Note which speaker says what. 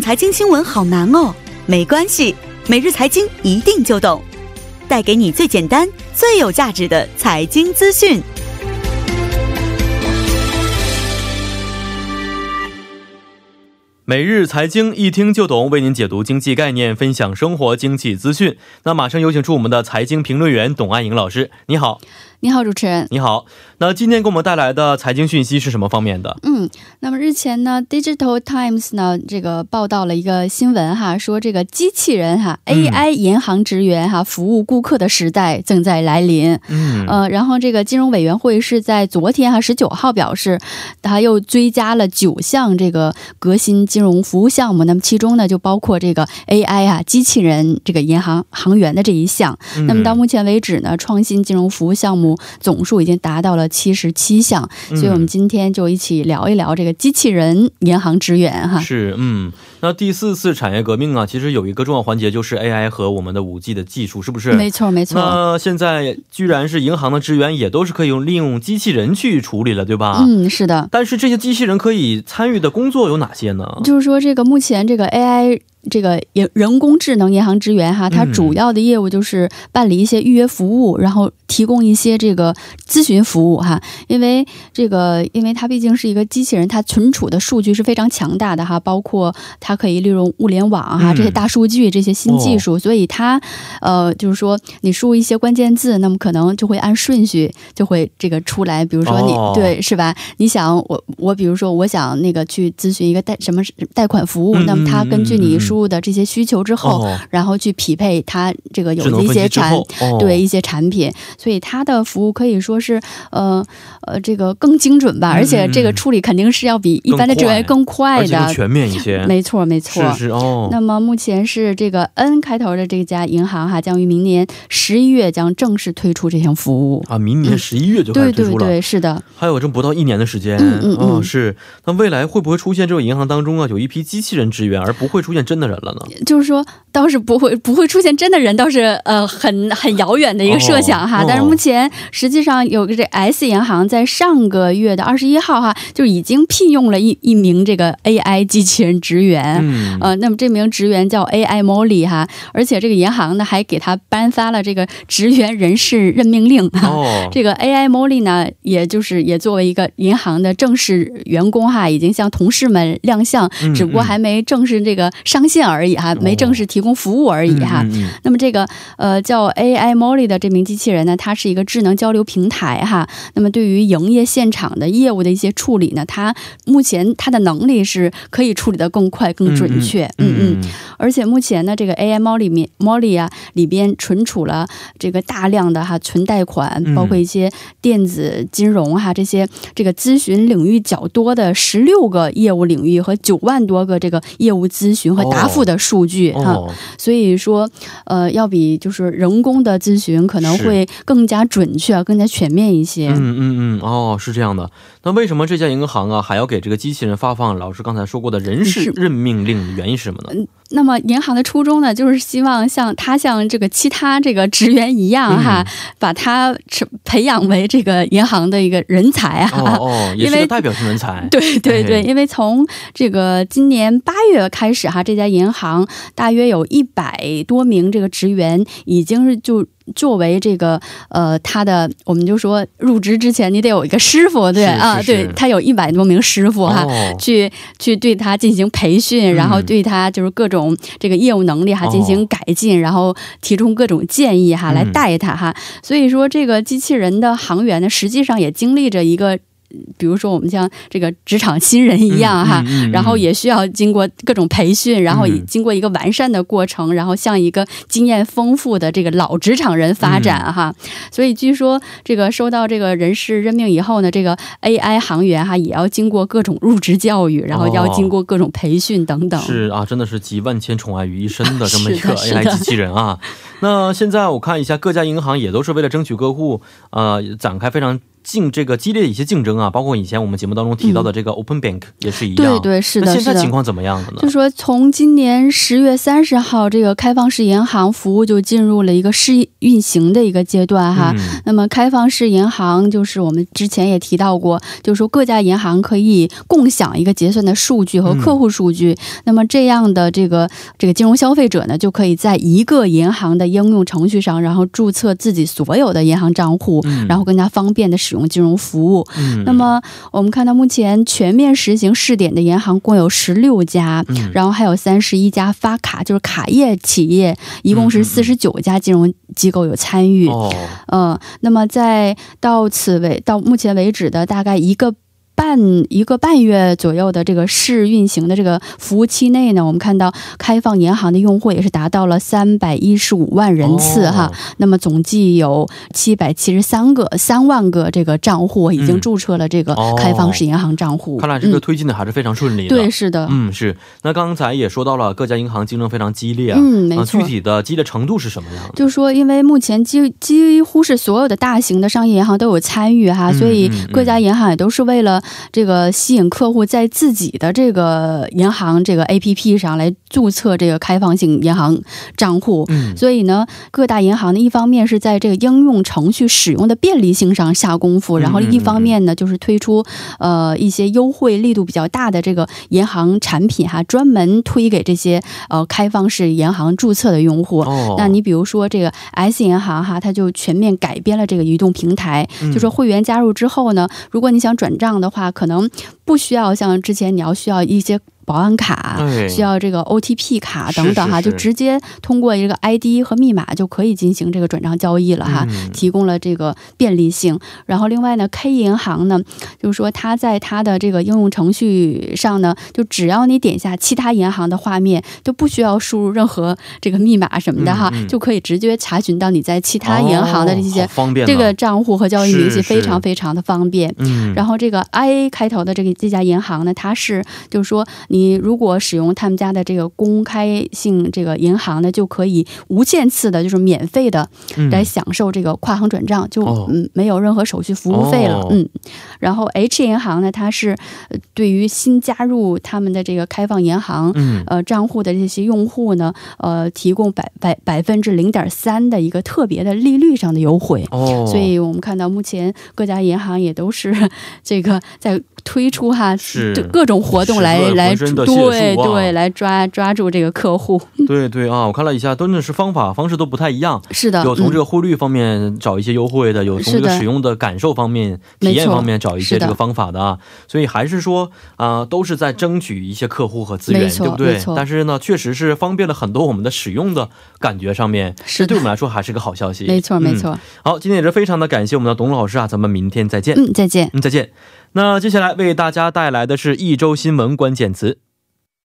Speaker 1: 财经新闻好难哦，没关系，每日财经一定就懂，带给你最简单、最有价值的财经资讯。
Speaker 2: 每日财经一听就懂，为您解读经济概念，分享生活经济资讯。那马上有请出我们的财经评论员董爱颖老师，你好，
Speaker 3: 你好，主持人。
Speaker 2: 你好。那今天给我们带来的财经讯息是什么方面的？
Speaker 3: 嗯，那么日前呢，《Digital Times 呢》这个报道了一个新闻哈，说这个机器人哈、
Speaker 2: 嗯
Speaker 3: AI 银行职员哈服务顾客的时代正在来临。
Speaker 2: 嗯
Speaker 3: 呃，然后这个金融委员会是在昨天哈十九号表示，它又追加了九项这个革新金融服务项目，那么其中呢就包括这个 AI 啊机器人这个银行行员的这一项。
Speaker 2: 嗯
Speaker 3: 那么到目前为止呢，创新金融服务项目总数已经达到了七十七项，所以我们
Speaker 2: 嗯
Speaker 3: 今天就一起聊一聊这个机器人银行职员哈。
Speaker 2: 是，嗯，那第四次产业革命啊，其实有一个重要环节就是 AI 和我们的五 G 的技术，是不是？
Speaker 3: 没错，没错。
Speaker 2: 那现在居然是银行的职员也都是可以用利用机器人去处理了，对吧？
Speaker 3: 嗯，是的，
Speaker 2: 但是这些机器人可以参与的工作有哪些呢？
Speaker 3: 就是说这个目前这个 AI。这个也人工智能银行职员哈，它
Speaker 2: 嗯
Speaker 3: 主要的业务就是办理一些预约服务，然后提供一些这个咨询服务哈。因为这个，因为它毕竟是一个机器人，它存储的数据是非常强大的哈，包括它可以利用物联网
Speaker 2: 嗯
Speaker 3: 哈
Speaker 2: 哦
Speaker 3: 这些大数据这些新技术，所以它呃就是说你输入一些关键字，那么可能就会按顺序就会这个出来，比如说你、
Speaker 2: 哦
Speaker 3: 对是吧？你想我我比如说我想那个去咨询一个贷什么贷款服务，
Speaker 2: 嗯
Speaker 3: 那么它根据
Speaker 2: 嗯嗯嗯
Speaker 3: 你
Speaker 2: 嗯
Speaker 3: 输入的这些需求之后，
Speaker 2: 哦，
Speaker 3: 然后去匹配它这个有
Speaker 2: 智
Speaker 3: 的
Speaker 2: 能
Speaker 3: 一
Speaker 2: 分
Speaker 3: 些
Speaker 2: 析之
Speaker 3: 产
Speaker 2: 后，哦、
Speaker 3: 对一些产品，所以它的服务可以说是呃呃这个更精准吧，
Speaker 2: 嗯
Speaker 3: 而且
Speaker 2: 嗯
Speaker 3: 这个处理肯定是要比一般的职员更快
Speaker 2: 而且
Speaker 3: 的
Speaker 2: 更，全面一些，
Speaker 3: 没错没错。
Speaker 2: 是是哦，
Speaker 3: 那么目前是这个 N 开头的这家银行哈，将于明年十一月将正式推出这项服务。
Speaker 2: 啊，明年
Speaker 3: 嗯
Speaker 2: 十一月就开
Speaker 3: 对
Speaker 2: 始推
Speaker 3: 对
Speaker 2: 出了，
Speaker 3: 对，是的，
Speaker 2: 还有这不到一年的时间，哦
Speaker 3: 嗯嗯嗯
Speaker 2: 是。那未来会不会出现这种银行当中啊，有一批机器人职员，而不会出现真的人了呢？
Speaker 3: 就是说倒是不会不会出现真的人，倒是呃很很遥远的一个设想哈。
Speaker 2: 哦哦
Speaker 3: 但是目前实际上有个这 S 银行在上个月的二十一号哈，就已经聘用了一一名这个 AI 机器人职员。
Speaker 2: 嗯，
Speaker 3: 呃，那么这名职员叫 AI Molly 哈，而且这个银行呢还给他颁发了这个职员人事任命令哈。
Speaker 2: 哦，
Speaker 3: 呃 这个 AI Molly 呢，也就是也作为一个银行的正式员工哈，已经向同事们亮相，
Speaker 2: 嗯哦
Speaker 3: 只不过还没正式这个上线而已哈，没正式提供服务而已哈。
Speaker 2: 嗯嗯嗯
Speaker 3: 那么这个呃叫 AI Molly 的这名机器人呢，它是一个智能交流平台哈。那么对于营业现场的业务的一些处理呢，它目前它的能力是可以处理得更快、更准确。嗯嗯
Speaker 2: 嗯嗯
Speaker 3: 而且目前呢，这个 AI 猫里面 Molly 啊里边存储了这个大量的哈存贷款
Speaker 2: 嗯，
Speaker 3: 包括一些电子金融哈这些这个咨询领域较多的十六个业务领域和九万多个这个业务咨询和答复的数据哈、
Speaker 2: 哦，
Speaker 3: 所以说呃要比就是人工的咨询可能
Speaker 2: 是
Speaker 3: 会更加准确、更加全面一些。
Speaker 2: 嗯嗯嗯，哦，是这样的。那为什么这家银行啊还要给这个机器人发放老师刚才说过的人事
Speaker 3: 是嗯
Speaker 2: 任命令的原因是什么呢？
Speaker 3: 那么银行的初衷呢，就是希望像他像这个其他这个职员一样
Speaker 2: 嗯
Speaker 3: 哈，把他成培养为这个银行的一个人才哈。
Speaker 2: 哦哦，也是
Speaker 3: 因
Speaker 2: 个
Speaker 3: 为
Speaker 2: 代表性人才。
Speaker 3: 对对对，
Speaker 2: 哎
Speaker 3: 因为从这个今年八月开始哈，这家银行大约有一百多名这个职员已经是就作为这个呃他的，我们就说入职之前你得有一个师傅，对
Speaker 2: 是是
Speaker 3: 啊，
Speaker 2: 是
Speaker 3: 对他有一百多名师傅哈。
Speaker 2: 哦，
Speaker 3: 去去对他进行培训，然后
Speaker 2: 嗯
Speaker 3: 对他就是各种这个业务能力哈
Speaker 2: 哦
Speaker 3: 进行改进，然后提出各种建议哈
Speaker 2: 嗯
Speaker 3: 来带他哈。所以说，这个机器人的行员呢，实际上也经历着一个，比如说我们像这个职场新人一样哈。
Speaker 2: 嗯嗯嗯
Speaker 3: 然后也需要经过各种培训，然后
Speaker 2: 嗯
Speaker 3: 经过一个完善的过程，然后向一个经验丰富的这个老职场人发
Speaker 2: 嗯
Speaker 3: 展哈。所以据说这个收到这个人事任命以后呢，这个 AI 行员哈也要经过各种入职教育，然后要经过各种培训等等。
Speaker 2: 哦是啊，真的是集万千宠爱于一身 的这么一
Speaker 3: 是
Speaker 2: 个
Speaker 3: 的是的
Speaker 2: AI 机器人啊。那现在我看一下，各家银行也都是为了争取客户，呃，展开非常竞这个激烈的一些竞争啊，包括以前我们节目当中提到的这个 Open Bank 也是一
Speaker 3: 对
Speaker 2: 样。
Speaker 3: 嗯对，是
Speaker 2: 那
Speaker 3: 的，
Speaker 2: 现
Speaker 3: 是
Speaker 2: 在
Speaker 3: 的
Speaker 2: 情。况怎么样了呢？
Speaker 3: 就说从今年十月三十号，这个开放式银行服务就进入了一个试运行的一个阶段哈。
Speaker 2: 嗯
Speaker 3: 那么开放式银行就是我们之前也提到过，就是说各家银行可以共享一个结算的数据
Speaker 2: 嗯
Speaker 3: 和客户数据。那么这样的这个这个金融消费者呢，就可以在一个银行的应用程序上，然后注册自己所有的银行账户，
Speaker 2: 嗯
Speaker 3: 然后更加方便的使用金融服务。
Speaker 2: 嗯
Speaker 3: 那么我们看到目前全面实行试点的银行共有十六家。
Speaker 2: 嗯
Speaker 3: 然后还有三十一家发卡，就是卡业企业，一
Speaker 2: 嗯
Speaker 3: 共
Speaker 2: 嗯
Speaker 3: 是
Speaker 2: 嗯
Speaker 3: 四十九家金融机构有参与。
Speaker 2: 哦，
Speaker 3: 嗯，那么在到此为到目前为止的大概一个。半一个半月左右的这个试运行的这个服务期内呢，我们看到开放银行的用户也是达到了三百一十五万人次哈，
Speaker 2: 哦
Speaker 3: 那么总计有七百七十三个三万个这个账户已经
Speaker 2: 嗯
Speaker 3: 注册了这个
Speaker 2: 哦
Speaker 3: 开放式银行账户。
Speaker 2: 看来这个
Speaker 3: 嗯、
Speaker 2: 推进的还是非常顺利的。
Speaker 3: 对，是的，
Speaker 2: 嗯，是。那刚才也说到了，各家银行竞争非常激烈啊。
Speaker 3: 嗯没
Speaker 2: 呃
Speaker 3: 错
Speaker 2: 具体的激烈程度是什么样的？
Speaker 3: 就说，因为目前几几乎是所有的大型的商业银行都有参与哈，
Speaker 2: 嗯
Speaker 3: 所以
Speaker 2: 嗯
Speaker 3: 各家
Speaker 2: 嗯
Speaker 3: 银行也都是为了这个吸引客户在自己的这个银行这个 APP 上来注册这个开放性银行账户。
Speaker 2: 嗯，
Speaker 3: 所以呢，各大银行呢，一方面是在这个应用程序使用的便利性上下功夫，
Speaker 2: 嗯
Speaker 3: 然后
Speaker 2: 嗯
Speaker 3: 一方面呢，就是推出呃一些优惠力度比较大的这个银行产品哈，专门推给这些呃开放式银行注册的用户。
Speaker 2: 哦，
Speaker 3: 那你比如说这个 S 银行哈，它就全面改编了这个移动平台，
Speaker 2: 嗯
Speaker 3: 就说会员加入之后呢，如果你想转账的话，可能不需要像之前你要需要一些保安卡。
Speaker 2: 嗯对
Speaker 3: 需要这个 OTP 卡
Speaker 2: 是
Speaker 3: 等等哈，
Speaker 2: 是是
Speaker 3: 就直接通过一个 ID 和密码就可以进行这个转账交易了哈。
Speaker 2: 嗯
Speaker 3: 提供了这个便利性。然后另外呢，K 银行呢，就是说它在它的这个应用程序上呢，就只要你点下其他银行的画面，都不需要输入任何这个密码什么的哈，
Speaker 2: 嗯嗯
Speaker 3: 就可以直接查询到你在其他银行的这
Speaker 2: 哦
Speaker 3: 些、
Speaker 2: 好方便呢
Speaker 3: 这个账户和交易明
Speaker 2: 是
Speaker 3: 细，非常
Speaker 2: 是
Speaker 3: 非常的方便。
Speaker 2: 嗯，
Speaker 3: 然后这个 IA 开头的这个这家银行呢，它是就是说，你如果使用他们家的这个公开性这个银行呢，就可以无限次的，就是免费的
Speaker 2: 嗯
Speaker 3: 来享受这个跨行转账，就
Speaker 2: 哦
Speaker 3: 嗯没有任何手续服务费了
Speaker 2: 哦，
Speaker 3: 嗯。然后 H 银行呢，它是呃对于新加入他们的这个开放银行。
Speaker 2: 嗯
Speaker 3: 呃，账户的这些用户呢，呃，提供百百百分之零点三的一个特别的利率上的优惠，
Speaker 2: 哦，
Speaker 3: 所以我们看到目前各家银行也都是这个在推出哈，
Speaker 2: 是
Speaker 3: 就各种活动来
Speaker 2: 是
Speaker 3: 来
Speaker 2: 浑身的解数啊
Speaker 3: 对对来抓抓住这个客户，
Speaker 2: 对对啊，我看了一下，真的是方法方式都不太一样。
Speaker 3: 是的，
Speaker 2: 有从这
Speaker 3: 嗯
Speaker 2: 个汇率方面找一些优惠的，有从这
Speaker 3: 是
Speaker 2: 个
Speaker 3: 的
Speaker 2: 使用的感受方面、
Speaker 3: 没
Speaker 2: 体验
Speaker 3: 错
Speaker 2: 方面找一些
Speaker 3: 是
Speaker 2: 这
Speaker 3: 的
Speaker 2: 个方法的啊。所以还是说啊、都是在争取一些客户和资源，
Speaker 3: 没错
Speaker 2: 对不对
Speaker 3: 没？错
Speaker 2: 但是呢，确实是方便了很多我们的使用的感觉上面，
Speaker 3: 是
Speaker 2: 这
Speaker 3: 的
Speaker 2: 对我们来说还是个好消息。
Speaker 3: 没错没
Speaker 2: 嗯。
Speaker 3: 错，
Speaker 2: 好，今天也是非常的感谢我们的董老师啊，咱们明天再见。
Speaker 3: 嗯，再见。
Speaker 2: 嗯，再见。那接下来为大家带来的是一周新闻关键词。